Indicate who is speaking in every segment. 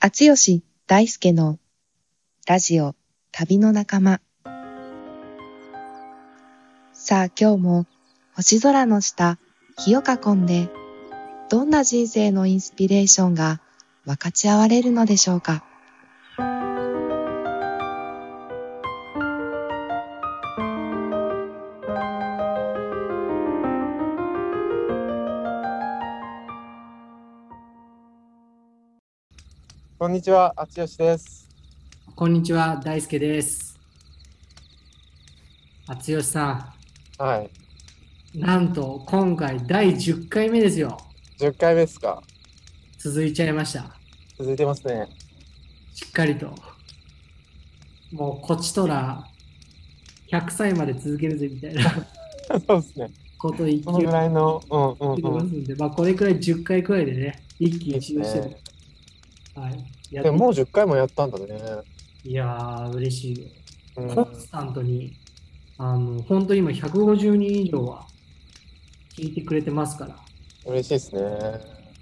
Speaker 1: 厚吉大輔のラジオ旅の仲間さあ今日も星空の下火を囲んでどんな人生のインスピレーションが分かち合われるのでしょうか
Speaker 2: こんにちは、あつよしです。
Speaker 3: こんにちは、大輔です。あつよしさ
Speaker 2: はい、
Speaker 3: ん、なんと今回第10回目ですよ。
Speaker 2: 10回目ですか。
Speaker 3: 続いちゃいました。
Speaker 2: 続いてますね。
Speaker 3: しっかりと。もうこちとら100歳まで続けるぜみた いな
Speaker 2: そうですね。
Speaker 3: こと言って
Speaker 2: このぐらいの、うんうん
Speaker 3: ま
Speaker 2: う
Speaker 3: す
Speaker 2: ん。
Speaker 3: んで、まあこれくらい10回くらいでね、一喜一憂して
Speaker 2: いい
Speaker 3: る
Speaker 2: で。
Speaker 3: はい。やっ
Speaker 2: でももう10回もやったんだね。
Speaker 3: いやー、嬉しいよ。
Speaker 2: うん、
Speaker 3: コンスタントに、あの、本当に今150人以上は聞いてくれてますから、
Speaker 2: 嬉しいですね。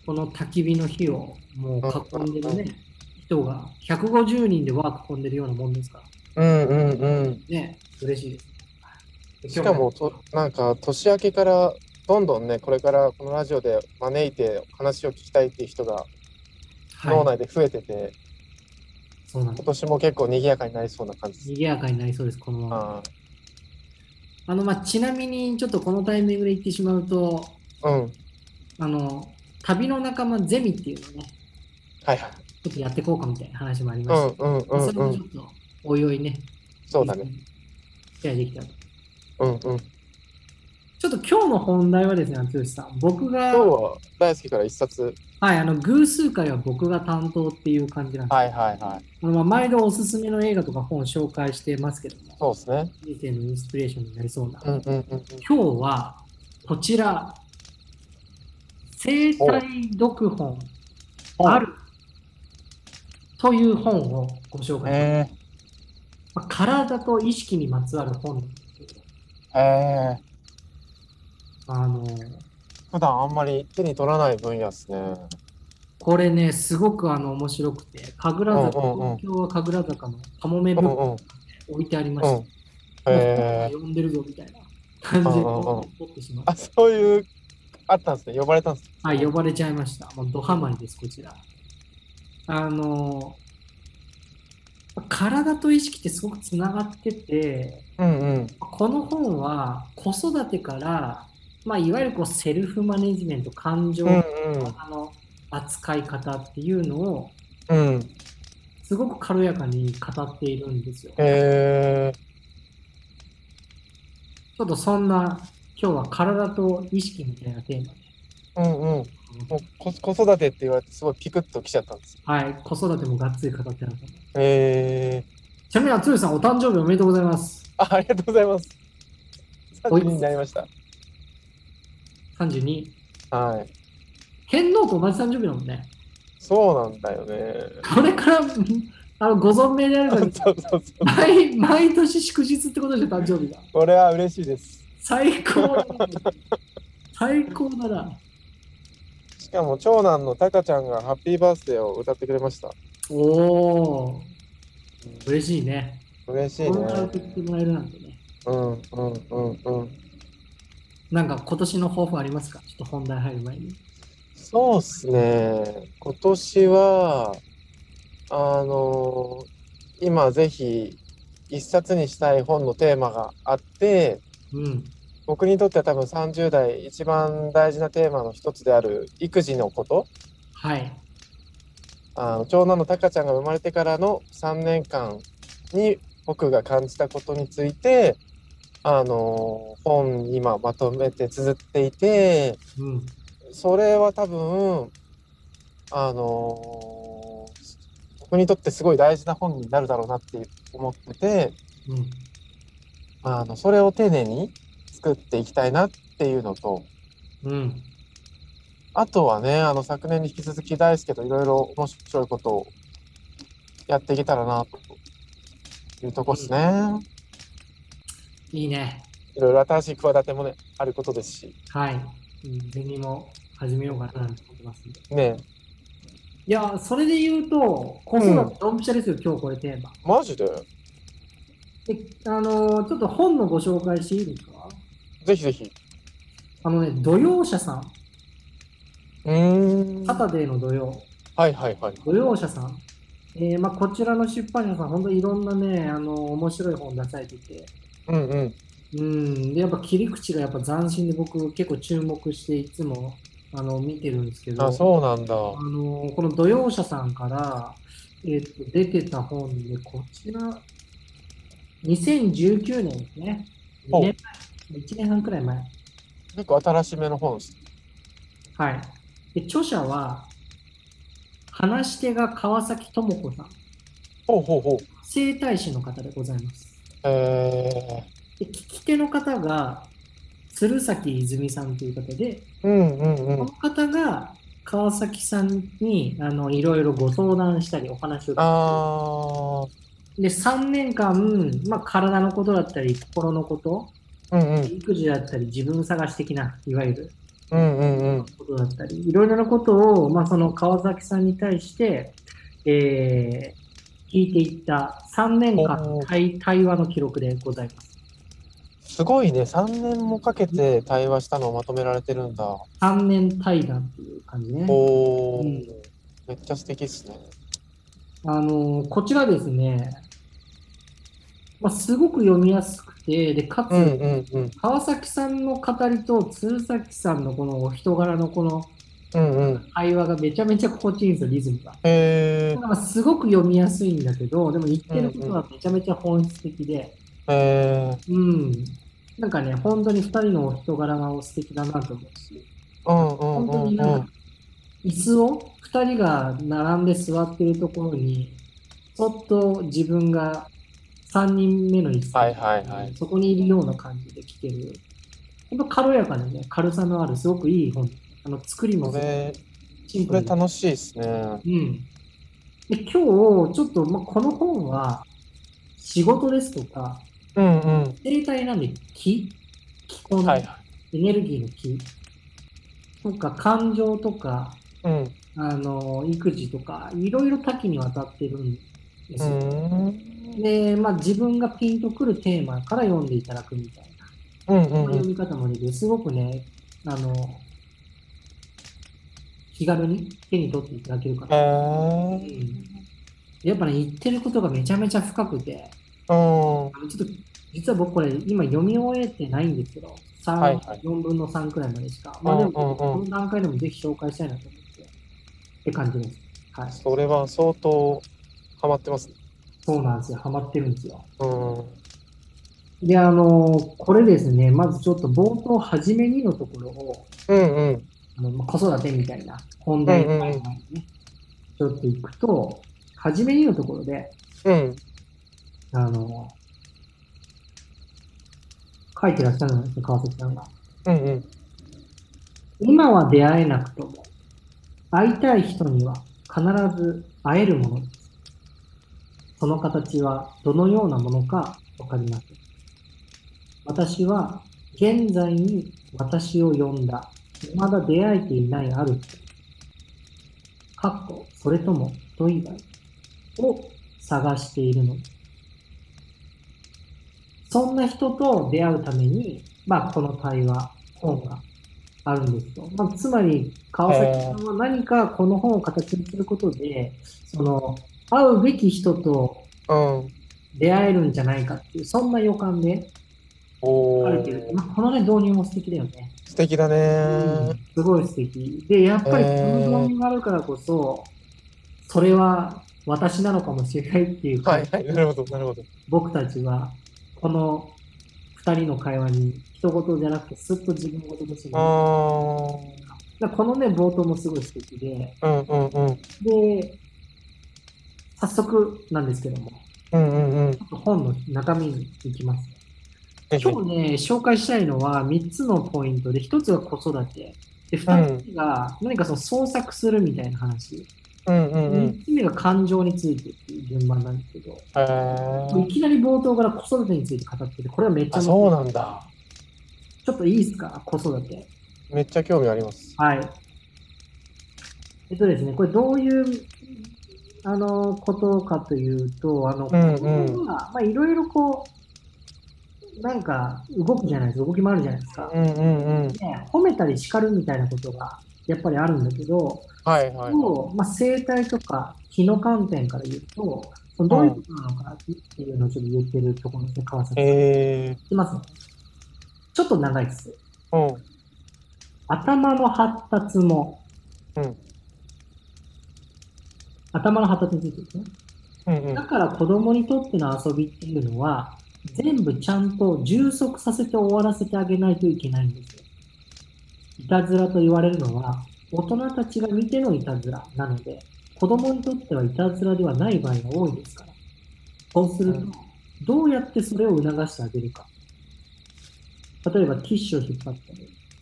Speaker 3: この焚き火の火をもう囲んでるね、人が150人でワーク囲んでるようなもんですから、
Speaker 2: うんうんうん。
Speaker 3: ね、嬉しいです。
Speaker 2: しかもと、なんか年明けからどんどんね、これからこのラジオで招いて話を聞きたいっていう人が
Speaker 3: 今日
Speaker 2: 脳
Speaker 3: も、はい、
Speaker 2: 内で増えてて、
Speaker 3: そうなんで
Speaker 2: 今
Speaker 3: す。
Speaker 2: 年も結構賑やかになりそうな感じです。
Speaker 3: 賑やかになりそうです、このまま。
Speaker 2: あ
Speaker 3: あの、まあ、ちなみに、ちょっとこのタイミングで言ってしまうと、
Speaker 2: ーうん。
Speaker 3: あの、旅の仲間ゼミっていうのをね、
Speaker 2: はいはい。
Speaker 3: ちょっとやっていこうかみたいな話もあり
Speaker 2: う
Speaker 3: まし
Speaker 2: ん
Speaker 3: た。
Speaker 2: うん
Speaker 3: まあ
Speaker 2: う
Speaker 3: それも
Speaker 2: んう
Speaker 3: ちょ
Speaker 2: ん。
Speaker 3: っと、おいおいね、
Speaker 2: そうだね。。
Speaker 3: 期待できたらと
Speaker 2: うんうん。今
Speaker 3: ちょっと今日の本題はですね、剛さん、僕が、
Speaker 2: 日は大好きから一冊。
Speaker 3: はい、あの偶数回は僕が担当っていう感じなんです、
Speaker 2: はいはいはい。
Speaker 3: あのまあ毎度おすすめの映画とか本紹介してますけども、
Speaker 2: そうですね。
Speaker 3: 人生のインスピレーションになりそうな。
Speaker 2: うんうんうんうん。
Speaker 3: 今日は、こちら、生体読本あるという本をご紹介します
Speaker 2: え
Speaker 3: まあ体と意識にまつわる本なんですけど、
Speaker 2: ー、えー、
Speaker 3: あの
Speaker 2: 普段あんまり手に取らない分野ですね。
Speaker 3: これね、すごくあの面白くて、神楽坂、
Speaker 2: うんうんうん
Speaker 3: 東京は神楽坂のかもめ
Speaker 2: う
Speaker 3: 文
Speaker 2: ん
Speaker 3: 庫
Speaker 2: うん。うん。
Speaker 3: に置いてありました。もう
Speaker 2: えー、
Speaker 3: 読んでるぞみたいな感じで
Speaker 2: うんうんうん
Speaker 3: 取ってしまっ
Speaker 2: あ、そういう、あったんですね。呼ばれたんですね。
Speaker 3: た。はい、呼ばれちゃいました。もうドハマりです、こちら。あの、体と意識ってすごくつながってて、
Speaker 2: うんうん。
Speaker 3: この本は子育てから、まあ、いわゆるこうセルフマネジメント、感情
Speaker 2: うん
Speaker 3: の扱い方っていうのを、
Speaker 2: うん。うん。
Speaker 3: すごく軽やかに語っているんですよ。ち
Speaker 2: え
Speaker 3: ょっとそんな、今日は体と意識みたいなテーマで。
Speaker 2: ー、うんうん。もうこ子育てって言われてすごいピクッときちゃったんです。
Speaker 3: はい、子育てもがっつり語ってあると思う
Speaker 2: えー、
Speaker 3: ちなみに、あつよさん、お誕生日おめでとうございます。
Speaker 2: あありがとうございます。
Speaker 3: おい
Speaker 2: 32になりました。
Speaker 3: 32。
Speaker 2: はい。
Speaker 3: 天皇と同じ誕生日だもんね。
Speaker 2: そうなんだよね。
Speaker 3: これから、あのご存命であれ
Speaker 2: そ
Speaker 3: ば
Speaker 2: うそうそう。
Speaker 3: 毎、毎年祝日ってことでしょ、誕生日が。
Speaker 2: これは嬉しいです。
Speaker 3: 最高だな。最高だな。
Speaker 2: しかも長男のタカちゃんがハッピーバースデーを歌ってくれました。
Speaker 3: おー、嬉しいね。
Speaker 2: 嬉しいね。
Speaker 3: こんな送ってもらえるなんてね。
Speaker 2: うんうんうんうん。
Speaker 3: なんか今年の抱負ありますかちょっと本題入る前に。
Speaker 2: そうっすね。今年は、あの、今ぜひ一冊にしたい本のテーマがあって、
Speaker 3: うん。
Speaker 2: 僕にとっては多分30代一番大事なテーマの一つである育児のこと。
Speaker 3: はい。
Speaker 2: あの、長男のタカちゃんが生まれてからの3年間に僕が感じたことについて、あの、本今まとめて綴っていて、
Speaker 3: うん。
Speaker 2: それは多分、あのー僕にとってすごい大事な本になるだろうなって思ってて、
Speaker 3: うん。
Speaker 2: あの、それを丁寧に作っていきたいなっていうのと、
Speaker 3: うん。
Speaker 2: あとはね、あの、昨年に引き続き大輔といろいろ面白いことをやっていけたらな、というとこですね。
Speaker 3: いいね。
Speaker 2: いろいろ新しい企てもね、あることですし、
Speaker 3: はい。うんゼミも始めようかななんて思ってますんで。
Speaker 2: ね、
Speaker 3: いや、それで言うと、子育てドンピシャですよ、今日これテーマ。
Speaker 2: マジで
Speaker 3: で、あのーちょっと本のご紹介していいですか
Speaker 2: ぜひぜひ。
Speaker 3: あのね、土曜社さん、
Speaker 2: うーん。
Speaker 3: サタデーの土曜、
Speaker 2: はいはいはい。
Speaker 3: 土曜社さん、えーまあ、こちらの出版社さん、本当にいろんなね、あのー面白い本出されてて、
Speaker 2: うんうん。
Speaker 3: うん、でやっぱ切り口がやっぱ斬新で、僕、結構注目して、いつもあの見てるんですけど、
Speaker 2: あ、そうなんだ。
Speaker 3: あのこの土曜社さんから、えっと出てた本で、こちら、2019年ですね。
Speaker 2: ほ
Speaker 3: 2
Speaker 2: う
Speaker 3: 年前、1年半くらい前。
Speaker 2: 結構新しめの本です。
Speaker 3: はい。で著者は、話し手が川崎智子さん、
Speaker 2: ほうほうほう。
Speaker 3: 整体師の方でございます。
Speaker 2: え
Speaker 3: で聞き手の方が、鶴崎泉さんという方で、
Speaker 2: ー。うんうんう
Speaker 3: こ
Speaker 2: ん
Speaker 3: の。方が川崎さんにあのいろいろご相談したりお話を聞
Speaker 2: あ
Speaker 3: いてで3年間、まあ、体のことだったり心のこと
Speaker 2: ー。うんうん。
Speaker 3: 育児だったり自分探し的ないわゆる
Speaker 2: うんうんうん。
Speaker 3: ことだったりいろいろなことを、まあ、その川崎さんに対して、えー聞いていった3年間の対対話の記録でございます。
Speaker 2: すごいね。3年もかけて対話したのをまとめられてるんだ。
Speaker 3: 3年対談っていう感じね。
Speaker 2: おー。
Speaker 3: うん
Speaker 2: めっちゃ素敵っすね。
Speaker 3: あのこちらですね、まあ、すごく読みやすくて、でかつ、
Speaker 2: うんうんうん。
Speaker 3: 川崎さんの語りと鶴崎さんのこのお人柄のこの
Speaker 2: うんうん。
Speaker 3: 会話がめちゃめちゃ心地いいんですよ、リズムが。
Speaker 2: へー。
Speaker 3: だからすごく読みやすいんだけど、でも言ってることはめちゃめちゃ本質的で、
Speaker 2: へー。
Speaker 3: うん、なんかね、本当に2人のお人柄が素敵だなと思うし、
Speaker 2: うんう
Speaker 3: 本
Speaker 2: ん
Speaker 3: 当に
Speaker 2: う
Speaker 3: なんんか、椅子を2人が並んで座ってるところに、そっと自分が3人目の椅子、
Speaker 2: はいはいはい
Speaker 3: そこにいるような感じで聞ける、本当軽やかなね、軽さのある、すごくいい本、あの作り
Speaker 2: うん。
Speaker 3: も
Speaker 2: これ、
Speaker 3: シン
Speaker 2: こ
Speaker 3: プル
Speaker 2: れ
Speaker 3: で
Speaker 2: 楽しいっすね。
Speaker 3: うん、で今日、ちょっと、まあ、この本は、仕事ですとか、
Speaker 2: うんうん。
Speaker 3: 生態なんで気、気候の
Speaker 2: はい
Speaker 3: エ
Speaker 2: は
Speaker 3: ネルギーの気とか、感情とか、
Speaker 2: い。うん。
Speaker 3: あの育児とかいろいろ多岐にわたってるんです
Speaker 2: う
Speaker 3: よ。
Speaker 2: ん。
Speaker 3: で、まあ、自分がピンとくるテーマから読んでいただくみたいな、
Speaker 2: うんう
Speaker 3: そうんいう
Speaker 2: うん
Speaker 3: 読。み方もできる、すごくね、あの気軽に手に取っていただけるか
Speaker 2: へ
Speaker 3: ら、う
Speaker 2: ー。
Speaker 3: んやっぱね、言ってることがめちゃめちゃ深くて、
Speaker 2: うん。
Speaker 3: あのちょっと実は僕これ今読み終えてないんですけど、三
Speaker 2: はいはい
Speaker 3: 4分の3くらいまでしか、まあ、でも
Speaker 2: うんうんうん
Speaker 3: この段階でもぜひ紹介したいなと思って、って感じです。はい、
Speaker 2: それは相当ハマってますね。
Speaker 3: そうなんですよ、ハマってるんですよ。
Speaker 2: うん。
Speaker 3: で、あの、これですね、まずちょっと冒頭、初めにのところを、
Speaker 2: うんうん。
Speaker 3: あのまあ子育てみたいな本題
Speaker 2: うんうんうん
Speaker 3: にね、ちょっと行くと、初めにのところで、
Speaker 2: うん。
Speaker 3: あの、書いてらっしゃるんですね、川崎さんが。
Speaker 2: うんうん。
Speaker 3: 今は出会えなくとも、会いたい人には必ず会えるものです。その形はどのようなものかわかりません。私は現在に私を呼んだ、まだ出会えていないある人、かっこ、それとも人以外を探しているのです。そんな人と出会うために、まあ、この対話、本があるんですと。まあ、つまり、川崎さんは何かこの本を形にすることで、その、会うべき人と
Speaker 2: うん。
Speaker 3: 出会えるんじゃないかっていう、そんな予感で
Speaker 2: お
Speaker 3: 書かれてるって。
Speaker 2: ー。
Speaker 3: まあ、このね、導入も素敵だよね。
Speaker 2: 素敵だね
Speaker 3: うんすごい素敵。で、やっぱりこの導入があるからこそ、それは私なのかもしれないっていうか、
Speaker 2: はいはい。なるほど、なるほど。
Speaker 3: 僕たちは、この二人の会話に、一言じゃなくて、すっと自分のこととして、だか
Speaker 2: あ
Speaker 3: らこのね、冒頭もすごい素敵で、
Speaker 2: ー。うんうんうん。
Speaker 3: で、早速なんですけども、
Speaker 2: うんうんうん。
Speaker 3: 本の中身に行きます。
Speaker 2: ぜひ。
Speaker 3: 今日ね、紹介したいのは3つのポイントで、1つが子育て、で2つが何かその創作するみたいな話、
Speaker 2: うんうんうん。
Speaker 3: 3つ目が感情についてっていう順番なんですけど、
Speaker 2: へー
Speaker 3: い。きなり冒頭から子育てについて語ってて、これはめっちゃ
Speaker 2: あ、そうなんだ。
Speaker 3: ちょっといいですか、子育て。
Speaker 2: めっちゃ興味あります。
Speaker 3: はい。えっとですね、これどういうあのことかというと、あの、
Speaker 2: うんうん
Speaker 3: 子供はまあいろいろこう、なんか動くじゃないですか、動き回るじゃないですか。
Speaker 2: うんうんうん。
Speaker 3: ね、褒めたり叱るみたいなことがやっぱりあるんだけど、
Speaker 2: はいはい。
Speaker 3: をまあ、生態とか気の観点から言うと、そのどういうことなのかっていうのをちょっと言ってるところですね、川崎さん。
Speaker 2: え
Speaker 3: いきますね。ちょっと長いです。
Speaker 2: ー、うん。
Speaker 3: 頭の発達も、
Speaker 2: うん
Speaker 3: 頭の発達についてですね。
Speaker 2: うんうん
Speaker 3: だから子供にとっての遊びっていうのは、全部ちゃんと充足させて終わらせてあげないといけないんですよ。いたずらと言われるのは、大人たちが見てのいたずらなので、子供にとってはいたずらではない場合が多いですから。そうすると、
Speaker 2: うん
Speaker 3: どうやってそれを促してあげるか。例えば、ティッシュを引っ張っ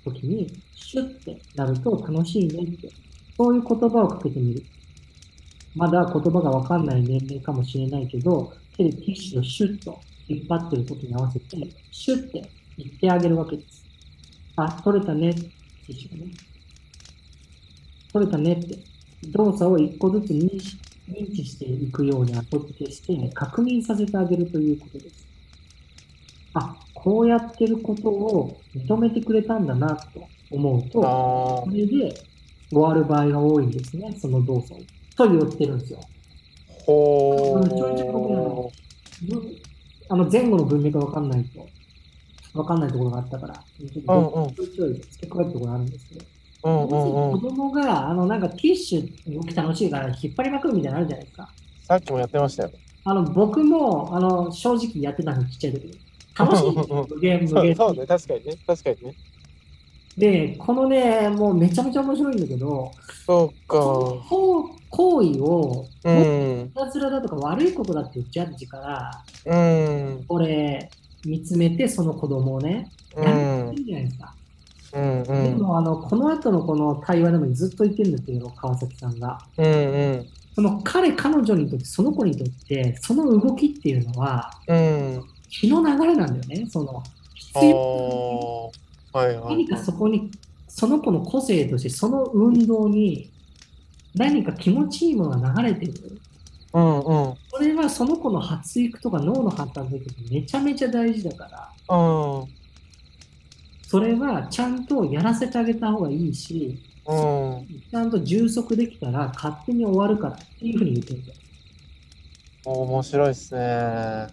Speaker 3: た時に、シュッてなると楽しいねって、そういう言葉をかけてみる。まだ言葉がわかんない年齢かもしれないけど、手でティッシュをシュッと引っ張ってることに合わせて、シュッて言ってあげるわけです。あ、取れたね、ティッシュがね。取れたねって、動作を一個ずつ認識認知していくように後付けして、確認させてあげるということです。あ、こうやってることを認めてくれたんだなと思うと、
Speaker 2: あ
Speaker 3: こ
Speaker 2: ー
Speaker 3: れで終わる場合が多いんですね、その動作を。と言ってるんですよ。
Speaker 2: ほ
Speaker 3: うんちょいちょい僕らのぶあの前後の文脈が分かんないと、分かんないところがあったから、ち
Speaker 2: う
Speaker 3: ょ
Speaker 2: んうん
Speaker 3: っとちょい付け加えるところがあるんですけど、
Speaker 2: うんうんう
Speaker 3: 子
Speaker 2: ん。
Speaker 3: 供があのなんかティッシュに動き楽しいから引っ張りまくるみたいなのあるじゃないですか。
Speaker 2: さっきもやってましたよ。
Speaker 3: あの僕もあの正直やってたのちっちゃい時に。楽しいんですよ無限
Speaker 2: そ
Speaker 3: 無
Speaker 2: う
Speaker 3: 限
Speaker 2: そうね、確かにね、確かにね。
Speaker 3: で、このね、もうめちゃめちゃ面白いんだけど、
Speaker 2: そうか。
Speaker 3: こう行為を、
Speaker 2: うん
Speaker 3: いたずらだとか悪いことだっていうジャッジから、
Speaker 2: うん
Speaker 3: これ、見つめて、その子供をね、
Speaker 2: う
Speaker 3: や
Speaker 2: ん
Speaker 3: るじゃないですか。
Speaker 2: うんう
Speaker 3: で
Speaker 2: ん
Speaker 3: も、あの、この後のこの対話でもずっと言ってるんだけど、川崎さんが。
Speaker 2: うん
Speaker 3: その彼、彼女にとって、その子にとって、その動きっていうのは、
Speaker 2: うん。
Speaker 3: 気の流れなんだよね、その。
Speaker 2: あ
Speaker 3: 必要
Speaker 2: ーはいは
Speaker 3: 何
Speaker 2: い
Speaker 3: か。そこに、その子の個性として、その運動に、何か気持ちいいものが流れてる。
Speaker 2: うんうんうん。
Speaker 3: これはその子の発育とか脳の発達とかめちゃめちゃ大事だから、
Speaker 2: うん
Speaker 3: それはちゃんとやらせてあげた方がいいし、
Speaker 2: うん。
Speaker 3: ちゃんと充足できたら勝手に終わるからっていうふうに言ってるんだよ。
Speaker 2: 面白いっすね。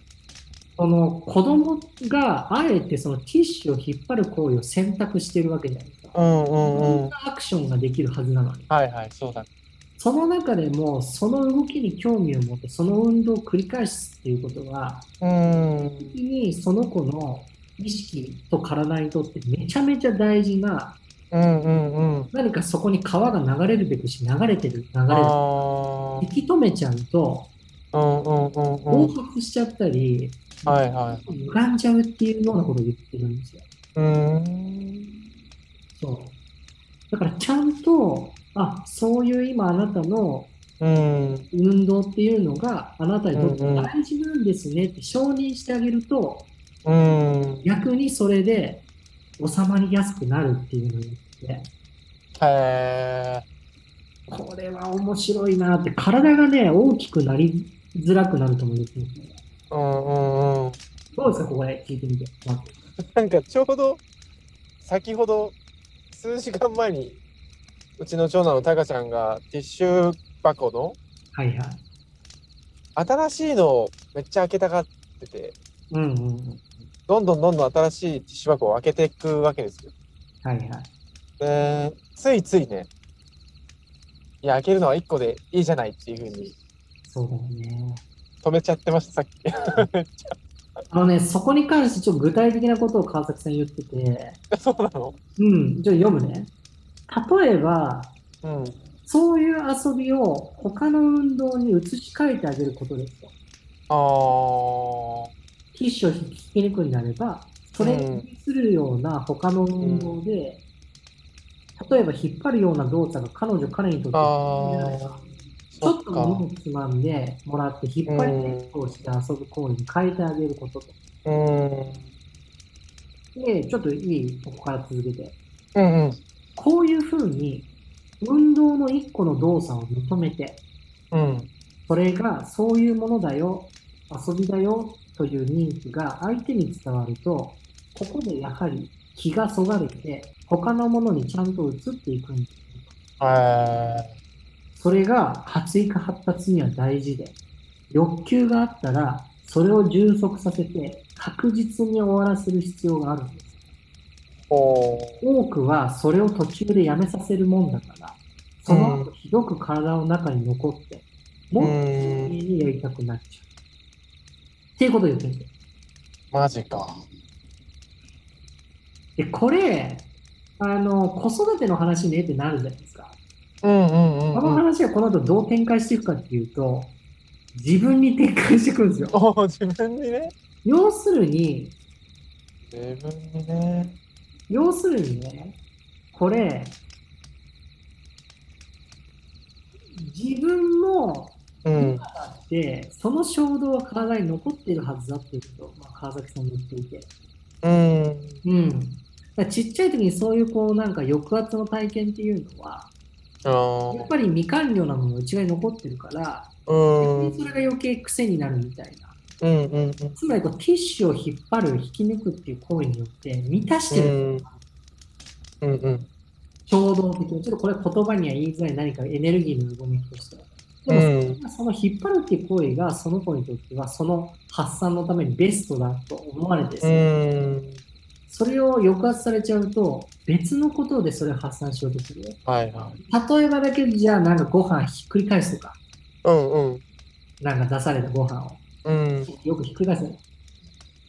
Speaker 3: その子供があえてそのティッシュを引っ張る行為を選択してるわけじゃないですか。
Speaker 2: うんう
Speaker 3: い
Speaker 2: ん
Speaker 3: ろ
Speaker 2: うんん。
Speaker 3: なアクションができるはずなのに。
Speaker 2: はいはい、そうだ。
Speaker 3: その中でもその動きに興味を持ってその運動を繰り返すっていうことは、
Speaker 2: うん。
Speaker 3: にその子の意識と体にとってめちゃめちゃ大事な
Speaker 2: うんうんうん。
Speaker 3: 何かそこに川が流れるべくし流れてる流れる
Speaker 2: あー
Speaker 3: 引き止めちゃうと
Speaker 2: うんうんうんうん
Speaker 3: 暴。発しちゃったり、
Speaker 2: はいはい。
Speaker 3: 歪んじゃうっていうようなことを言ってるんですよ。
Speaker 2: うん。
Speaker 3: そうだからちゃんとあそういう今あなたの
Speaker 2: うん。
Speaker 3: 運動っていうのがあなたにとって大事なんですねって承認してあげると
Speaker 2: うん。
Speaker 3: 逆にそれで収まりやすくなるっていうのを言って
Speaker 2: へえ。
Speaker 3: これは面白いなって体がね大きくなりづらくなると思うんですよ。
Speaker 2: うんうんうん。
Speaker 3: どうですかここで聞いてみて。まず
Speaker 2: なんかちょうど先ほど数時間前にうちの長男のタカちゃんがティッシュ箱の
Speaker 3: はいはい。
Speaker 2: 新しいのをめっちゃ開けたがってて、
Speaker 3: うんうんうん。
Speaker 2: どんどんどんどん新しいティッシュ箱を開けていくわけですよ。
Speaker 3: はいはい。
Speaker 2: で、ついついね、いや、開けるのは1個でいいじゃないっていうふうに
Speaker 3: そうだよね。
Speaker 2: 止めちゃってました、さっき。
Speaker 3: あのね、そこに関してちょっと具体的なことを川崎さん言ってて、
Speaker 2: そうなの
Speaker 3: うん、ちょっと読むね。例えば、
Speaker 2: うん。
Speaker 3: そういう遊びを他の運動に移し替えてあげることですよ。
Speaker 2: あー。
Speaker 3: ティッシュを引き抜くんであれば、それにするような他の運動で、例えば引っ張るような動作が彼女、彼にとって
Speaker 2: あー
Speaker 3: ちょ
Speaker 2: そ
Speaker 3: っ
Speaker 2: っ
Speaker 3: と物
Speaker 2: か
Speaker 3: を。つまんでもらって、引っ張り手をして遊ぶ行為に変えてあげることと。
Speaker 2: うん。
Speaker 3: で、ちょっといい、ここから続けて。
Speaker 2: うんうん。
Speaker 3: こういうふうに運動の一個の動作を認めて、
Speaker 2: うん。
Speaker 3: それがそういうものだよ、遊びだよという認知が相手に伝わると、ここでやはり気がそがれて、他のものにちゃんと移っていくんです。
Speaker 2: は
Speaker 3: それが発育発達には大事で、欲求があったら、それを充足させて確実に終わらせる必要があるんです。
Speaker 2: い。ほ
Speaker 3: 多くはそれを途中でやめさせるもんだから、その後ひどく体の中に残って、
Speaker 2: う。
Speaker 3: も
Speaker 2: う
Speaker 3: っと永遠
Speaker 2: ん。
Speaker 3: にやりたくなっちゃう。っていうことですね。
Speaker 2: マジか。
Speaker 3: で、これ、あの、子育ての話ねってなるじゃないですか。
Speaker 2: うんうんう
Speaker 3: こ
Speaker 2: ん
Speaker 3: の
Speaker 2: うん。
Speaker 3: 話はこの後どう展開していくかっていうと、自分に展開していくんですよ。
Speaker 2: おー自分にね。
Speaker 3: 要するに、
Speaker 2: 自分にね。
Speaker 3: 要するにね、これ、自分の
Speaker 2: うん。
Speaker 3: あって、その衝動は体に残ってるはずだっていうことを、まあ、川崎さんも言っていて。
Speaker 2: うん。
Speaker 3: うん。だからちっちゃい時にそういうこうなんか抑圧の体験っていうのは、
Speaker 2: ああ
Speaker 3: やっ。ぱり未完了なものが内側に残ってるから、
Speaker 2: うん。うん
Speaker 3: それが余計癖になるみたいな。
Speaker 2: うんうん。
Speaker 3: つまりこうティッシュを引っ張る、引き抜くっていう行為によって満たしてる、
Speaker 2: うんうん。
Speaker 3: 衝動的に。ちょっとこれは言葉には言いづらい何かエネルギーの動きとしては。
Speaker 2: う
Speaker 3: でも
Speaker 2: ん。
Speaker 3: その引っ張るっていう行為がその子にとってはその発散のためにベストだと思われて、
Speaker 2: うん。
Speaker 3: それを抑圧されちゃうと別のことでそれを発散しようとするよ。
Speaker 2: はいはい。
Speaker 3: 例えばだけじゃあなんかご飯ひっくり返すとか、
Speaker 2: うんうん。
Speaker 3: なんか出されたご飯を
Speaker 2: うん。
Speaker 3: よくひっくり返す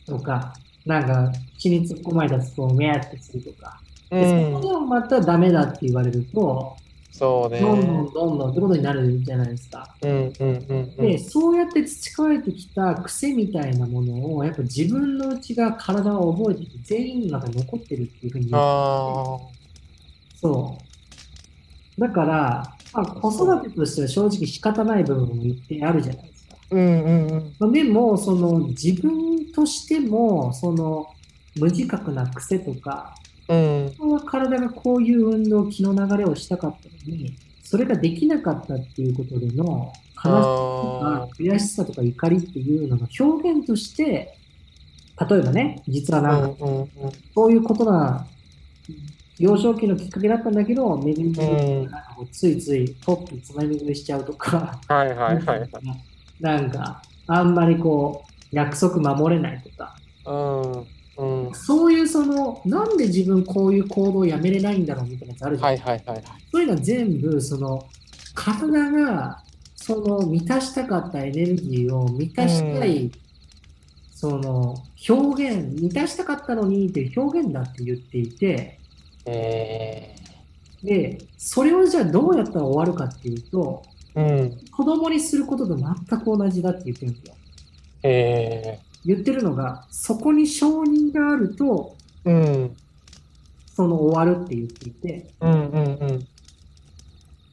Speaker 3: とか、なんか血に突っ込まれたスプーンをめやってするとか、
Speaker 2: う
Speaker 3: でそこ
Speaker 2: ん。
Speaker 3: でもまたダメだって言われると、
Speaker 2: そうね。
Speaker 3: どんどんどんどんってことになるじゃないですか。
Speaker 2: うんうんうんう
Speaker 3: で、
Speaker 2: ん。
Speaker 3: そうやって培われてきた癖みたいなものを、やっぱ自分のうちが体が覚えてて、全員の中に残ってるっていうふうに言う。
Speaker 2: あ
Speaker 3: そう。だから、まあ、子育てとしては正直仕方ない部分も一定あるじゃないですか。
Speaker 2: あ。うんうんうん。
Speaker 3: まあ、でも、その自分としても、その無自覚な癖とか、
Speaker 2: うん。
Speaker 3: 本当は体がこういう運動、気の流れをしたかったのに、それができなかったっていうことでの悲しみ
Speaker 2: あ
Speaker 3: 悔しさとか怒りっていうのの表現として、例えばね、実は
Speaker 2: あ。う
Speaker 3: なんんか、
Speaker 2: うん
Speaker 3: そういうことが、幼少期のきっかけだったんだけど、めぐみ
Speaker 2: うん
Speaker 3: なんかこうついついポップつまみ食いしちゃうとか、
Speaker 2: はいはいはいはい。
Speaker 3: なんか、あんまりこう、約束守れないとか、
Speaker 2: うん。うん。
Speaker 3: そういうその、なんで自分こういう行動をやめれないんだろうみたいなやつあるじゃん。
Speaker 2: はいはいはいはい。
Speaker 3: そういうのは全部、その、体が、その、満たしたかったエネルギーを満たしたい、その、表現、満たしたかったのにっていう表現だって言っていて、
Speaker 2: え
Speaker 3: で、それをじゃあどうやったら終わるかっていうと、
Speaker 2: え。うん。
Speaker 3: 子供にすることと全く同じだって言ってるんですよ。
Speaker 2: ええ。
Speaker 3: 言ってるのが、そこに承認があると、
Speaker 2: うん。
Speaker 3: その終わるって言っていて、
Speaker 2: うんうんうん。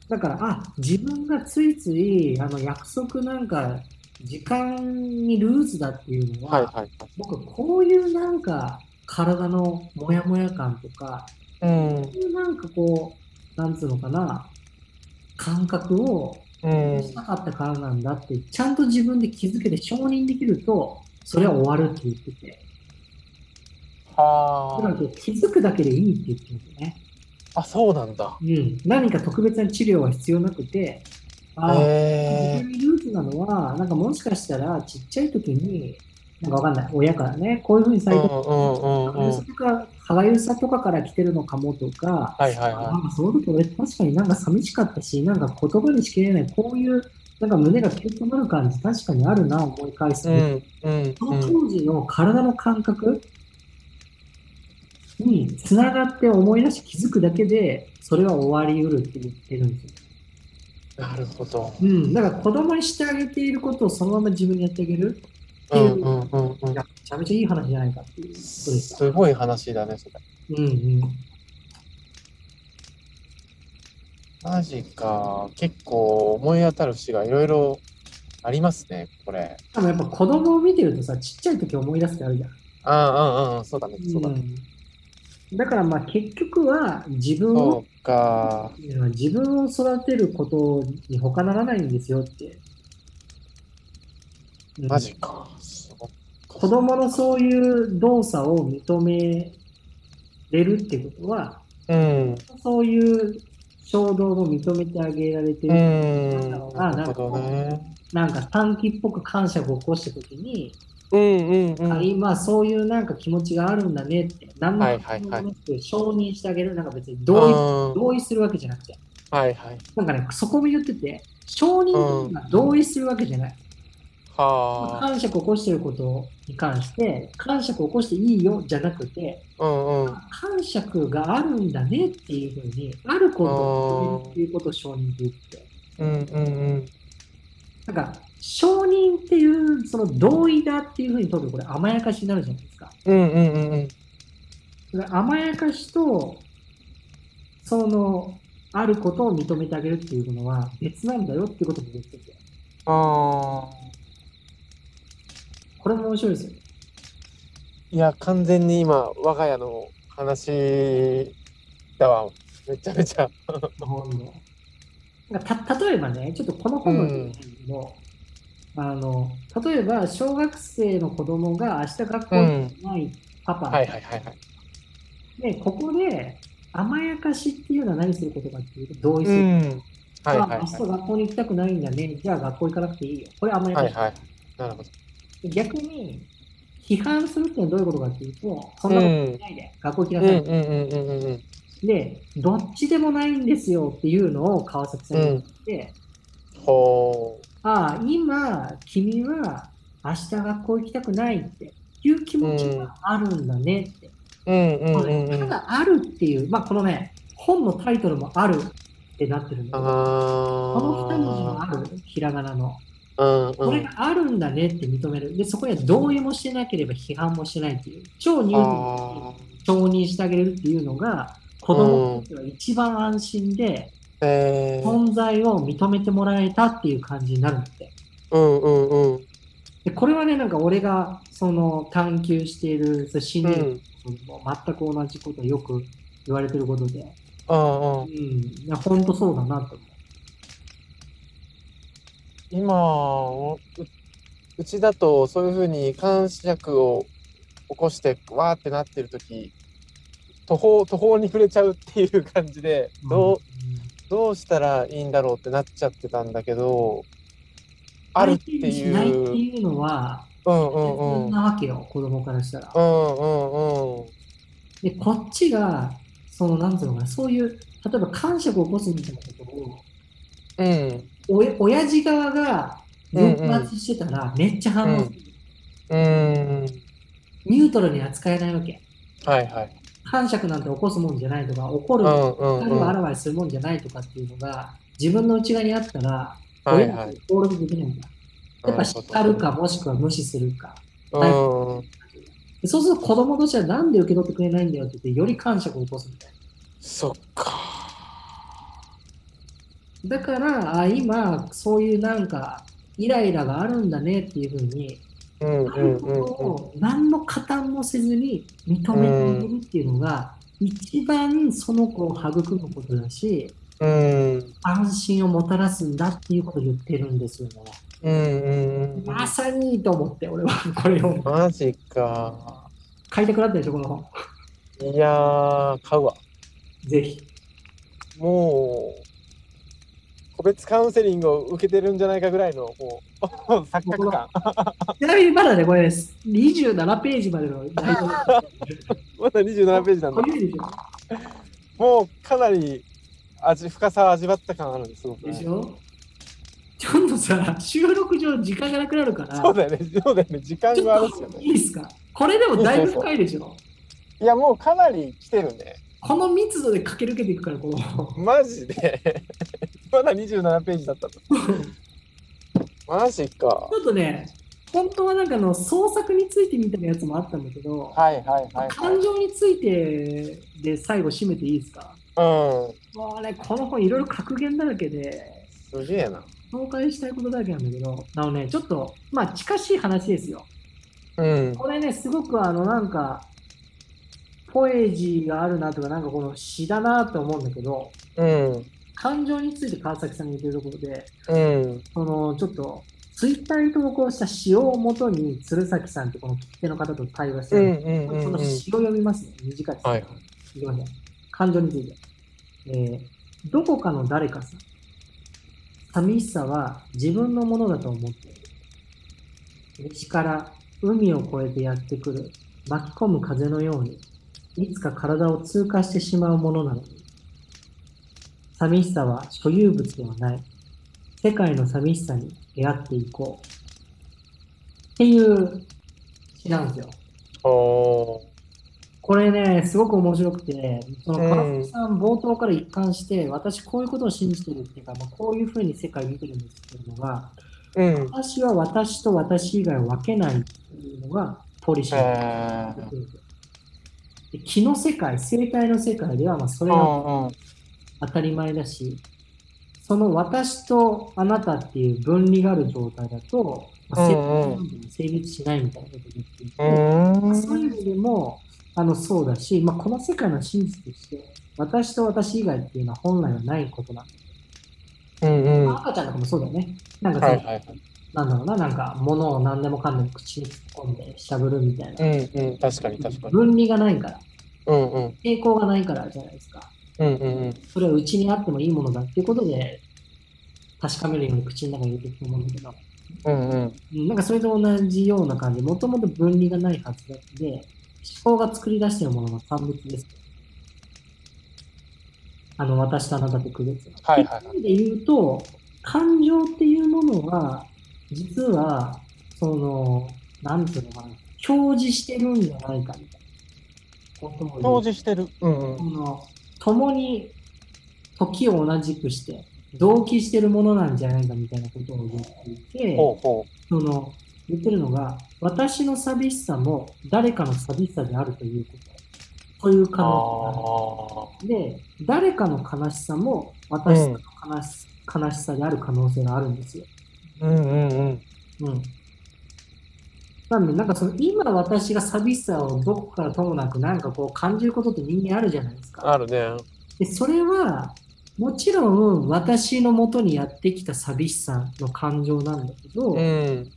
Speaker 3: だから、あ、自分がついつい、あの、約束なんか、時間にルーズだっていうの
Speaker 2: はい
Speaker 3: は、
Speaker 2: はい。
Speaker 3: 僕、こういうなんか、体のモヤモヤ感とか、
Speaker 2: うん
Speaker 3: こういうなんかこう、なんつうのかな、感覚を
Speaker 2: うん。
Speaker 3: したかったからなんだって、ちゃんと自分で気づけて承認できると、それは終わるって言ってて、だから
Speaker 2: は
Speaker 3: こう気づくだけでいいって言ってるんですよね。
Speaker 2: あ。あ、そうなんだ。
Speaker 3: うん。何か特別な治療は必要なくて、あー
Speaker 2: え
Speaker 3: 自分にルーツなのは、なんかもしかしたらちっちゃい時に、なんかわかんない、親からね、こういうふうにさ
Speaker 2: え。う
Speaker 3: れ
Speaker 2: ん
Speaker 3: て、
Speaker 2: うんうんうん。
Speaker 3: 歯がゆさとかから来てるのかもとか、
Speaker 2: はいはい
Speaker 3: な
Speaker 2: は
Speaker 3: んかその時俺確かになんか寂しかったし、なんか言葉にしきれない、こういうなんか胸がキュッとなる感じ、確かにあるな、思い返す
Speaker 2: い。
Speaker 3: と。
Speaker 2: うんうん
Speaker 3: その
Speaker 2: うん。
Speaker 3: 当時の体の感覚につながって思い出し気づくだけで、それは終わりうるって言ってるんですよ。
Speaker 2: なるほど。
Speaker 3: うん、だから子供にしてあげていることをそのまま自分にやってあげるって
Speaker 2: う
Speaker 3: い
Speaker 2: ん
Speaker 3: う、
Speaker 2: うんうんうん
Speaker 3: め。ちゃめちゃいい話じゃないかっていうことでした。
Speaker 2: すごい話だね、それ。
Speaker 3: うんうん。
Speaker 2: マジか。結構思い当たる節がいろいろありますね、これ。
Speaker 3: でもやっぱ子供を見てるとさ、ちっちゃい時思い出すってあるじゃん。
Speaker 2: ああ、うんうん、そうだね、そうだね。
Speaker 3: ん、だからまあ結局は自分
Speaker 2: そ
Speaker 3: を
Speaker 2: うか。
Speaker 3: いや自分を育てることに他ならないんですよって。うん
Speaker 2: マジか。そっか
Speaker 3: 子供のそういう動作を認めれるってことは、
Speaker 2: うん。
Speaker 3: そういう衝動も認めてあげられて
Speaker 2: う
Speaker 3: る。
Speaker 2: ん。
Speaker 3: あ
Speaker 2: なるほどね。
Speaker 3: なんか短期っぽく感触を起こしたときに、
Speaker 2: うんうんうん。
Speaker 3: あ今そういうなんか気持ちがあるんだねって、何も
Speaker 2: はいはいはい
Speaker 3: なく承認してあげる。なんか別に
Speaker 2: うん
Speaker 3: 同意同意するわけじゃなくて。
Speaker 2: はいはい。
Speaker 3: なんかね、そこも言ってて、承認とか同意するわけじゃない。
Speaker 2: はあ。
Speaker 3: 感触を起こしてることに関して、感触を起こしていいよじゃなくて、
Speaker 2: うんうん。
Speaker 3: 感触があるんだねっていうふうに、あることを認めるっていうことを承認って言って、
Speaker 2: うんうんうん。
Speaker 3: なんか、承認っていう、その同意だっていうふうにとると、これ甘やかしになるじゃないですか。
Speaker 2: うんうんうんうん。
Speaker 3: だから甘やかしと、その、あることを認めてあげるっていうのは別なんだよっていうことも言ってて、
Speaker 2: ああ。
Speaker 3: これも面白いですよね。
Speaker 2: いや、完全に今、我が家の話だわ。めちゃめちゃ。
Speaker 3: 日本の。なんかた例えばね、ちょっとこの本の言うんですけど、あの例えば小学生の子供が明日学校に行けないパパ、
Speaker 2: はいはいはいはい。
Speaker 3: でここで甘やかしっていうのは何することかっていうと同意す
Speaker 2: う
Speaker 3: る。
Speaker 2: ん。はいはい
Speaker 3: あ明日
Speaker 2: は
Speaker 3: 学校に行きたくないんだね、じゃあ学校行かなくていいよ。これ甘
Speaker 2: い。
Speaker 3: や
Speaker 2: は
Speaker 3: か
Speaker 2: い
Speaker 3: し。
Speaker 2: はい。なるほど。
Speaker 3: 逆に批判するっていうのはどういうことかっていうと、そん
Speaker 2: う。
Speaker 3: なんこ
Speaker 2: う
Speaker 3: と
Speaker 2: ん
Speaker 3: ないで、学校行きな
Speaker 2: うん
Speaker 3: さい、
Speaker 2: うんうんうんうん。
Speaker 3: で、どっちでもないんですよっていうのを川崎さんに言って、
Speaker 2: ほ
Speaker 3: ああ、今、君は明日学校行きたくないっていう気持ちがあるんだねって。
Speaker 2: う。うんうん
Speaker 3: こ
Speaker 2: う
Speaker 3: れ
Speaker 2: んう
Speaker 3: た
Speaker 2: ん。
Speaker 3: だあるっていう、まあこのね、本のタイトルもあるってなってるんだけど、この二文字のあ
Speaker 2: あ
Speaker 3: る、ひらがなの。
Speaker 2: あ。うん
Speaker 3: こ
Speaker 2: う
Speaker 3: れ
Speaker 2: ん。
Speaker 3: があるんだねって認める。で、そこには同意もしてなければ批判もしてないっていう、超入
Speaker 2: あ
Speaker 3: 承認してあげるっていうのが、子供にとっては一番安心で、
Speaker 2: あ。ええ。
Speaker 3: 存在を認めてもらえたっていう感じになるんだって。
Speaker 2: うんうんうん。
Speaker 3: でこれはね、なんか俺がその探求しているその心
Speaker 2: う
Speaker 3: 理学
Speaker 2: ん。
Speaker 3: も全く同じことをよく言われてることで、
Speaker 2: うんう。
Speaker 3: うんん、本当そうだなと思
Speaker 2: 今、おううちだとそういうふうに感触を起こして、わーってなってる時途方、途方に触れちゃうっていう感じで、
Speaker 3: う。
Speaker 2: どう、
Speaker 3: ん
Speaker 2: どうしたらいいんだろうってなっちゃってたんだけど、あるって
Speaker 3: 相手にしないって
Speaker 2: いう。
Speaker 3: いうのは、
Speaker 2: うんう
Speaker 3: そ
Speaker 2: んうん。うんん
Speaker 3: なわけよ、子供からしたら
Speaker 2: う。んうん。
Speaker 3: で、こっちが、その、なんつうのかな、そういう、例えば感触を起こすみたいなことを、
Speaker 2: うん。
Speaker 3: おや親父側が
Speaker 2: うんうん
Speaker 3: 分発してたら、めっちゃ反応する。
Speaker 2: うん。
Speaker 3: ニュートラルに扱えないわけ。
Speaker 2: はいはい。
Speaker 3: 感触なんて起こすもんじゃないとか、怒
Speaker 2: う
Speaker 3: る
Speaker 2: んうん
Speaker 3: 怒
Speaker 2: う
Speaker 3: りをあ
Speaker 2: ん。
Speaker 3: らわにするもんじゃないとかっていうのが、自分の内側にあったら、
Speaker 2: はい
Speaker 3: 親
Speaker 2: は
Speaker 3: に
Speaker 2: い。
Speaker 3: 登録できないんだ。やっぱ叱るか、もしくは無視するか。
Speaker 2: なるほど。うん。
Speaker 3: でそうすると子供としてはなんで受け取ってくれないんだよって言って、より感触を起こすみたい
Speaker 2: そっか。
Speaker 3: な。だから、あ今、そういうなんか、イライラがあるんだねっていうふうに、
Speaker 2: うん
Speaker 3: あ
Speaker 2: うん
Speaker 3: る
Speaker 2: う
Speaker 3: こと
Speaker 2: んうん。
Speaker 3: を何の加担もせずに認めているっていうのが、一番その子を育むことだし、
Speaker 2: うん。
Speaker 3: 安心をもたらすんだっていうことを言ってるんですよね。
Speaker 2: うんうんうん。
Speaker 3: まさにと思って、俺はこれを
Speaker 2: マジか。
Speaker 3: 買いたくなったでしょ、この本。
Speaker 2: いやー、買うわ。
Speaker 3: ぜひ。
Speaker 2: もう、個別カウンセリングを受けてるんじゃないかぐらいの、もう、 錯覚感。
Speaker 3: ちなみにまだね、これです。27ページまでの内容 なんで。
Speaker 2: まだ27ページなんだ
Speaker 3: こ。れでしょ
Speaker 2: もう、かなり味、深さを味わった感あるんです、すごく
Speaker 3: で
Speaker 2: ね、
Speaker 3: しょちょっとさ、収録上時間がなくなるから、
Speaker 2: そうだよね、そうだよね、時間
Speaker 3: ち
Speaker 2: があ
Speaker 3: ょ
Speaker 2: る
Speaker 3: っ
Speaker 2: んですよ
Speaker 3: と
Speaker 2: ね。
Speaker 3: いいですかこれでもだいぶ深いでしょ
Speaker 2: いや、もうかなり来てるね。
Speaker 3: この密度で駆け抜けていくから、この 本。
Speaker 2: マジで。 まだ27ページだったの。マジか。
Speaker 3: ちょっとね、本当はなんかあの創作についてみたいなやつもあったんだけど、
Speaker 2: はいはいはい、
Speaker 3: 感情についてで最後締めていいですか
Speaker 2: はい。うん。
Speaker 3: もうね、この本いろいろ格言だらけで、
Speaker 2: すげえな。
Speaker 3: 紹介したいことだらけなんだけど、あのね、ちょっと、まあ、近しい話ですよ。
Speaker 2: うん。
Speaker 3: これね、すごくあの、なんか、ポエジーがあるなとか、なんかこの詩だなと思うんだけど、
Speaker 2: うん、
Speaker 3: 感情について川崎さんが言ってるところで、
Speaker 2: うん、
Speaker 3: そのちょっと、ツイッターに投稿した詩をもとに、鶴崎さんってこの聞き手の方と対話して
Speaker 2: う
Speaker 3: る
Speaker 2: ん
Speaker 3: んで、
Speaker 2: うん、う
Speaker 3: そ
Speaker 2: ん、
Speaker 3: の
Speaker 2: うん。
Speaker 3: 詩を読みますね、短いです。
Speaker 2: はい。
Speaker 3: すいません。感情について。えーどこかの誰かさん。寂しさは自分のものだと思っている。西から海を越えてやってくる巻き込む風のように、いつか体を通過してしまうものなのに。寂しさは所有物ではない。世界の寂しさに出会っていこう。っていう詩なんですよ。
Speaker 2: おー
Speaker 3: これね、すごく面白くて、その川崎さん、冒頭から一貫して、私、こういうことを信じてるっていうか、まあ、こういうふうに世界見てるんですっていうのが、
Speaker 2: うん。
Speaker 3: 私は私と私以外を分けないっていうのがポリシ
Speaker 2: へ
Speaker 3: ーなん
Speaker 2: ー
Speaker 3: ですよで気の世界、生態の世界では、まあ、それが
Speaker 2: うんうん
Speaker 3: 当たり前だし、その私とあなたっていう分離がある状態だと、まあ、生
Speaker 2: うんうん
Speaker 3: 態なんて成立しないみたいなことを言っていて、
Speaker 2: う
Speaker 3: そういう意味でもあのそうだし、まあ、この世界の真実として私と私以外っていうのは本来はないことなんだ、
Speaker 2: んうん
Speaker 3: まあ赤ちゃんとかもそうだよねなんかそ
Speaker 2: は
Speaker 3: の、
Speaker 2: いはい
Speaker 3: なんだろうななんか物を何でもかんでも口に突っ込んでしゃぶるみたいな、
Speaker 2: うんうん確かに確かに
Speaker 3: 分離がないから
Speaker 2: うんうん
Speaker 3: 抵抗がないからじゃないですか
Speaker 2: うんうんうん
Speaker 3: それはうちにあってもいいものだっていうことで確かめるように口の中に入れていくと思うんだけど
Speaker 2: うんうん
Speaker 3: うんなんかそれと同じような感じもともと分離がないはずだって思考が作り出しているものが産物です。あの私とあなたと区別は。
Speaker 2: はいはい
Speaker 3: そういう意味で言うと感情っていうものは実はそのなんていうのかな表示してるんじゃないかみたいなことを言う
Speaker 2: 表示してるうんう
Speaker 3: そ
Speaker 2: ん
Speaker 3: の共に時を同じくして同期してるものなんじゃないかみたいなことを言っていて。
Speaker 2: ほうほ
Speaker 3: その言ってるのが、私の寂しさも誰かの寂しさであるということ。という
Speaker 2: う
Speaker 3: 可能
Speaker 2: あ
Speaker 3: 性がある。で、誰かの悲しさも私の悲し,、悲しさである可能性があるんですよ。
Speaker 2: あうんうんうん
Speaker 3: うん。なんで、なんかその今私が寂しさをどこからともなくなんかこう感じることって人間あるじゃないですか。
Speaker 2: あるね
Speaker 3: で、それは、もちろん私のもとにやってきた寂しさの感情なんだけど、
Speaker 2: うん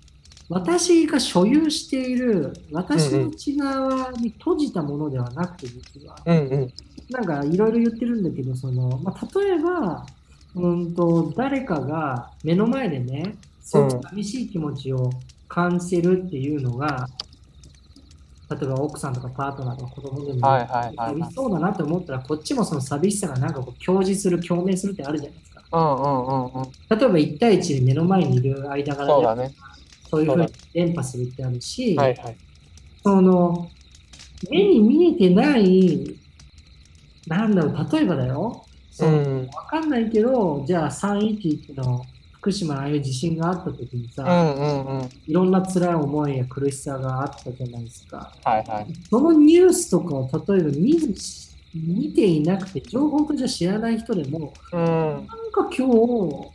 Speaker 3: 私が所有している私の内側に閉じたものではなくて実は、
Speaker 2: うんうん
Speaker 3: なんかいろいろ言ってるんだけどその、まあ、例えばうんと誰かが目の前でねすごく寂しい気持ちを感じてるっていうのが、例えば奥さんとかパートナーとか子供でも、
Speaker 2: はいはいはい
Speaker 3: 寂
Speaker 2: はい
Speaker 3: しそうだなと思ったらこっちもその寂しさがなんかこう共示する共鳴するってあるじゃないですか
Speaker 2: うんうんうんうん
Speaker 3: 例えば1対1で目の前にいる間柄
Speaker 2: そう
Speaker 3: で
Speaker 2: だね
Speaker 3: そういうふうに伝播するってあるし、
Speaker 2: はいはい
Speaker 3: その、目に見えてない、なんだろう、例えばだよ、そうのわ
Speaker 2: ん
Speaker 3: かんないけど、じゃあ311の福島ああいう地震があった時に
Speaker 2: う
Speaker 3: さ、
Speaker 2: んうんうん
Speaker 3: いろんな辛い思いや苦しさがあったじゃないですか。
Speaker 2: はいはい
Speaker 3: そのニュースとかを例えば見ず見ていなくて、情報としては知らない人でも、
Speaker 2: うんうん
Speaker 3: なんか今日、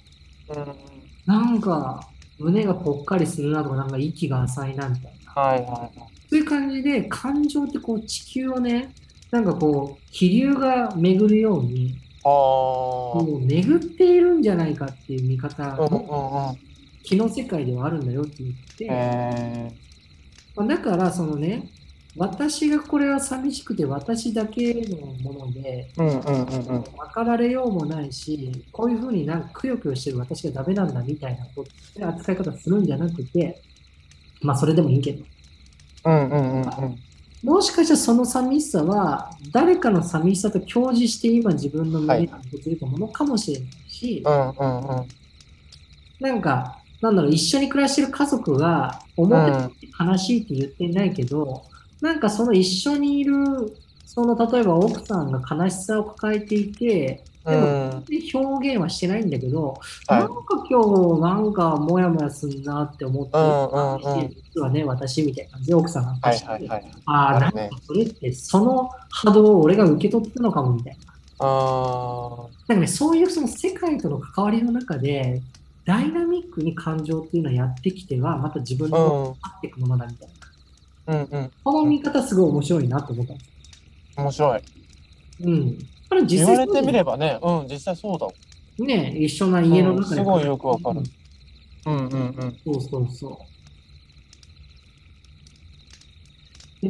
Speaker 3: なんか胸がぽっかりするなとか、なんか息が浅いなみたいな。
Speaker 2: はいはい
Speaker 3: そういう感じで感情ってこう地球をねなんかこう気流が巡るように
Speaker 2: あ
Speaker 3: こう巡っているんじゃないかっていう見方
Speaker 2: あうんうん
Speaker 3: も
Speaker 2: うん
Speaker 3: 気の世界ではあるんだよって言って、
Speaker 2: え
Speaker 3: まあだからそのね私がこれは寂しくて私だけのもので
Speaker 2: ーうんうんうんうん
Speaker 3: 分かられようもないしこういうふうになんかくよくよしてる私がダメなんだみたいなことって扱い方するんじゃなくてまあそれでもいいけど
Speaker 2: うんうんうんうん
Speaker 3: もしかしたらその寂しさは誰かの寂しさと共示して今自分の胸に当ててるものかもしれないし、
Speaker 2: うんうんうん
Speaker 3: なんかなんだろう一緒に暮らしてる家族が表に悲しいって言ってないけど、なんかその一緒にいるその例えば奥さんが悲しさを抱えていてでも表現はしてないんだけど、
Speaker 2: はい
Speaker 3: なんか今日なんかモヤモヤすんなって思って、
Speaker 2: うんうんうん
Speaker 3: 実はね私みたいな感じで奥さんが
Speaker 2: は
Speaker 3: 話
Speaker 2: い
Speaker 3: してて
Speaker 2: はいはい
Speaker 3: ああ、
Speaker 2: あ
Speaker 3: な
Speaker 2: る
Speaker 3: ん
Speaker 2: ね
Speaker 3: かそれって、その波動を俺が受け取ってたのかもみたいな。
Speaker 2: あ
Speaker 3: なんかね、そういうその世界との関わりの中で、ダイナミックに感情っていうのはやってきては、また自分
Speaker 2: あう
Speaker 3: の
Speaker 2: ん
Speaker 3: 合っていくものだみたいな。
Speaker 2: うんうん
Speaker 3: この見方すごい面白いなと思ったんです。
Speaker 2: う面白い。
Speaker 3: うん。これ実
Speaker 2: 言
Speaker 3: 際
Speaker 2: われ
Speaker 3: そうだ
Speaker 2: て
Speaker 3: よ
Speaker 2: みればね、うん、実際そうだわ。
Speaker 3: ね、一緒な家の中
Speaker 2: う
Speaker 3: で、
Speaker 2: んすごいよくわかるうんうんうん。
Speaker 3: そうそうそう。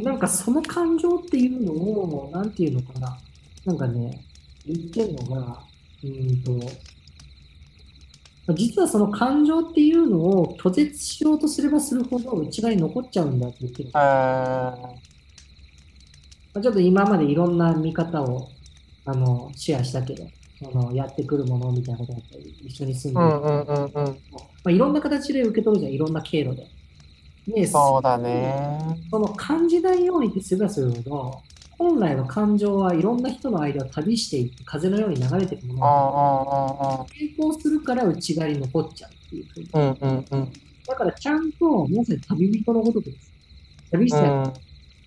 Speaker 3: で、なんかその感情っていうのを、なんていうのかな。なんかね、言ってるのが、うーんと、実はその感情っていうのを拒絶しようとすればするほど内側に残っちゃうんだって言ってる。
Speaker 2: えー、
Speaker 3: まあ、ちょっと今までいろんな見方をあのシェアしたけど、そのやってくるものみたいなことだったり、一緒に住ん
Speaker 2: う
Speaker 3: でる
Speaker 2: んうんうんうん。
Speaker 3: まあ、いろんな形で受け取るじゃん、いろんな経路で。で、
Speaker 2: そうだね。
Speaker 3: その感じないようにってすればするほど、本来の感情はいろんな人の間を旅していって、風のように流れていくも
Speaker 2: ああ
Speaker 3: のが、
Speaker 2: ああああ。
Speaker 3: 抵抗するから内側に残っちゃうっていうふうに。
Speaker 2: うんうんうん。
Speaker 3: だからちゃんと、まさに旅人のことです。旅して、
Speaker 2: うん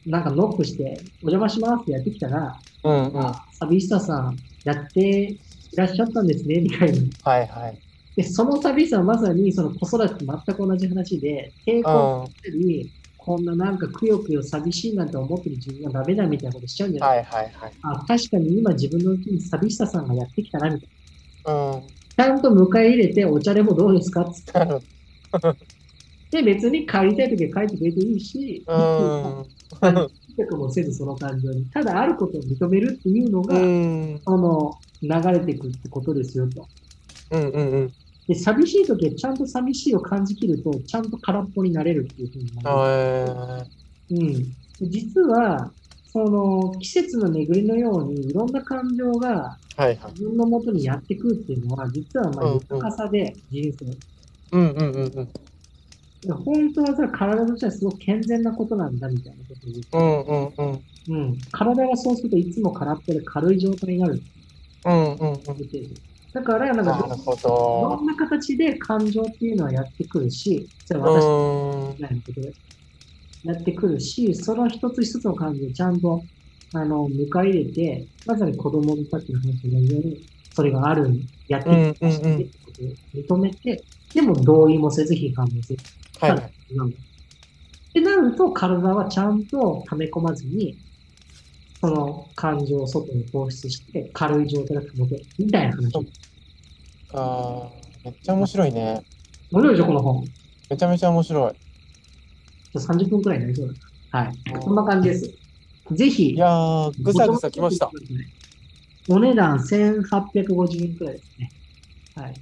Speaker 3: なんかノックして、お邪魔しますってやってきたら、
Speaker 2: うんうん。は
Speaker 3: あ寂しささん、やっていらっしゃったんですね、みたいな。
Speaker 2: いはい。
Speaker 3: で、その寂しさはまさにその子育てと全く同じ話で、抵
Speaker 2: う
Speaker 3: 抗
Speaker 2: ん。
Speaker 3: したり、こんななんかくよくよ寂しいなんて思ってる自分がダメだみたいなことしちゃうんじゃない、
Speaker 2: はいはいはい。
Speaker 3: あ確かに今自分のうちに寂しささんがやってきたなみたい
Speaker 2: うん。
Speaker 3: な。ちゃんと迎え入れて、お茶でもどうですかっつって。
Speaker 2: なる
Speaker 3: で、別に帰りたい時は帰ってくれていいし、
Speaker 2: うん。
Speaker 3: 比較もせずその感情に。ただあることを認めるっていうの
Speaker 2: う
Speaker 3: が、
Speaker 2: ん。
Speaker 3: その流れていくってことですよと。
Speaker 2: うんうんうん。
Speaker 3: で、寂しい時はちゃんと寂しいを感じきると、ちゃんと空っぽになれるっていうふうになる。
Speaker 2: え
Speaker 3: うん、実はその季節の巡りのようにいろんな感情が
Speaker 2: ー、はいはい。
Speaker 3: 自分のもとにやってくるっていうのは実はま
Speaker 2: うん
Speaker 3: あ
Speaker 2: うん
Speaker 3: 豊かさで人生、
Speaker 2: うんうんうんうん。
Speaker 3: 本当はさ体としてはすごく健全なことなんだみたいなことを言
Speaker 2: う
Speaker 3: う
Speaker 2: んうんうん。
Speaker 3: うん、体がそうするといつも空っぽで軽い状態になるって
Speaker 2: うんうんうん。
Speaker 3: 言ってるだからなん
Speaker 2: な
Speaker 3: か
Speaker 2: る
Speaker 3: ど
Speaker 2: ほ
Speaker 3: いろ
Speaker 2: ど。
Speaker 3: んな形で感情っていうのはやってくるしそれ
Speaker 2: う
Speaker 3: は
Speaker 2: ん。
Speaker 3: 私みたいなことでやってくるし、その一つ一つの感じをちゃんとあの迎え入れて、まさに子供のさっきの話のように、それがある、やってきた
Speaker 2: う
Speaker 3: し、
Speaker 2: んうんうん
Speaker 3: ってことを認めて、でも同意もせず批判もせず、
Speaker 2: はいはい。
Speaker 3: なんだってなると、体はちゃんと溜め込まずに、その感情を外に放出して、軽い状態で保てる、みたいな話。
Speaker 2: そうあーめっちゃ面白いね。
Speaker 3: 面白いでしょ、この本。
Speaker 2: めちゃめちゃ面白い。
Speaker 3: 30分くらいになりそうだ。はい。こんな感じです。ぜひ
Speaker 2: い、やー、ぐさぐさきました。。
Speaker 3: お値段1850円くらいですね。はい。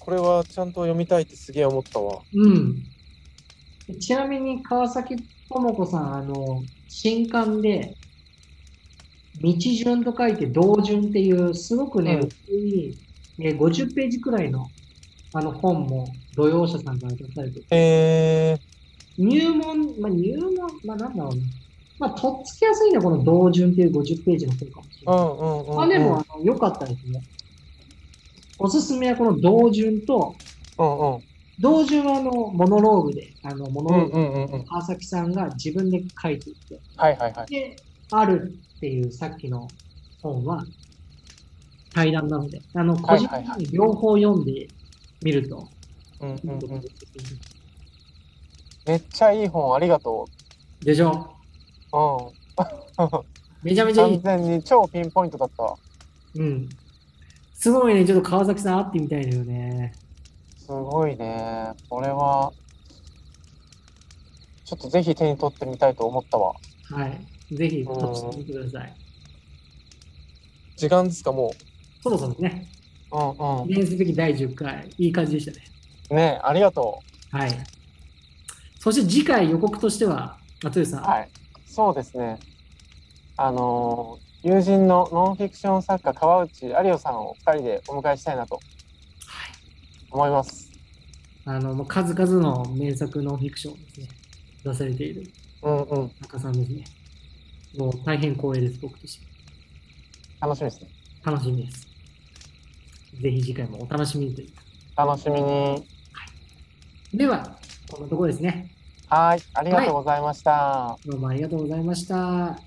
Speaker 2: これはちゃんと読みたいってすげえ思ったわ。
Speaker 3: うん。ちなみに川崎智子さん、あの、新刊で、道順と書いて道順っていう、すごくね、
Speaker 2: うん
Speaker 3: 薄い、ね、50ページくらいの、あの本も、土曜社さんから出されて
Speaker 2: えー、
Speaker 3: 入門、まあ、入門、まあ、なんだろうね。まあ、とっつきやすいのはこの道順っていう50ページの本かもしれ
Speaker 2: う
Speaker 3: ない。
Speaker 2: んうんうん、うん。
Speaker 3: まあでも、あの、良かったですね。おすすめはこの同順と、
Speaker 2: う
Speaker 3: 同順はあの、モノローグで、あの、モノ
Speaker 2: んうん。うん
Speaker 3: ローグ、
Speaker 2: うんうんうん。
Speaker 3: 川崎さんが自分で書いていて、
Speaker 2: はいはいはい。
Speaker 3: で、あるっていうさっきの本は、対談なので、あの、個人
Speaker 2: はいはい
Speaker 3: 的
Speaker 2: は
Speaker 3: に両方読んでみると、
Speaker 2: うんうんうん。めっちゃいい本ありがと
Speaker 3: でしょ
Speaker 2: う。うん。
Speaker 3: めちゃめちゃいい
Speaker 2: 完。全に超ピンポイントだったわ。
Speaker 3: うん。すごいね、ちょっと川崎さん会ってみたいだよね。
Speaker 2: すごいね。これは、ちょっとぜひ手に取ってみたいと思ったわ。
Speaker 3: はい。ぜひ、こっち見てください。
Speaker 2: 時間ですか、も
Speaker 3: そろそろね、
Speaker 2: う。うん
Speaker 3: 記念すべき第10回、いい感じでしたね。
Speaker 2: うん。ねえありがと
Speaker 3: はい。そして次回予告としては、松井さん、
Speaker 2: う。はい。そうですね。あのー友人のノンフィクション作家、川内有夫さんを2人でお迎えしたいなと思います。
Speaker 3: あのもう数々の名作ノンフィクションをですね、出されている
Speaker 2: うんうん。
Speaker 3: 中さんですね。もう大変光栄です、僕として。
Speaker 2: 楽しみですね。
Speaker 3: 楽しみです。ぜひ次回もお楽しみにという。
Speaker 2: 楽しみに。
Speaker 3: では、こんなところですね。
Speaker 2: はい。ありがとうございました。
Speaker 3: どうもありがとうございました。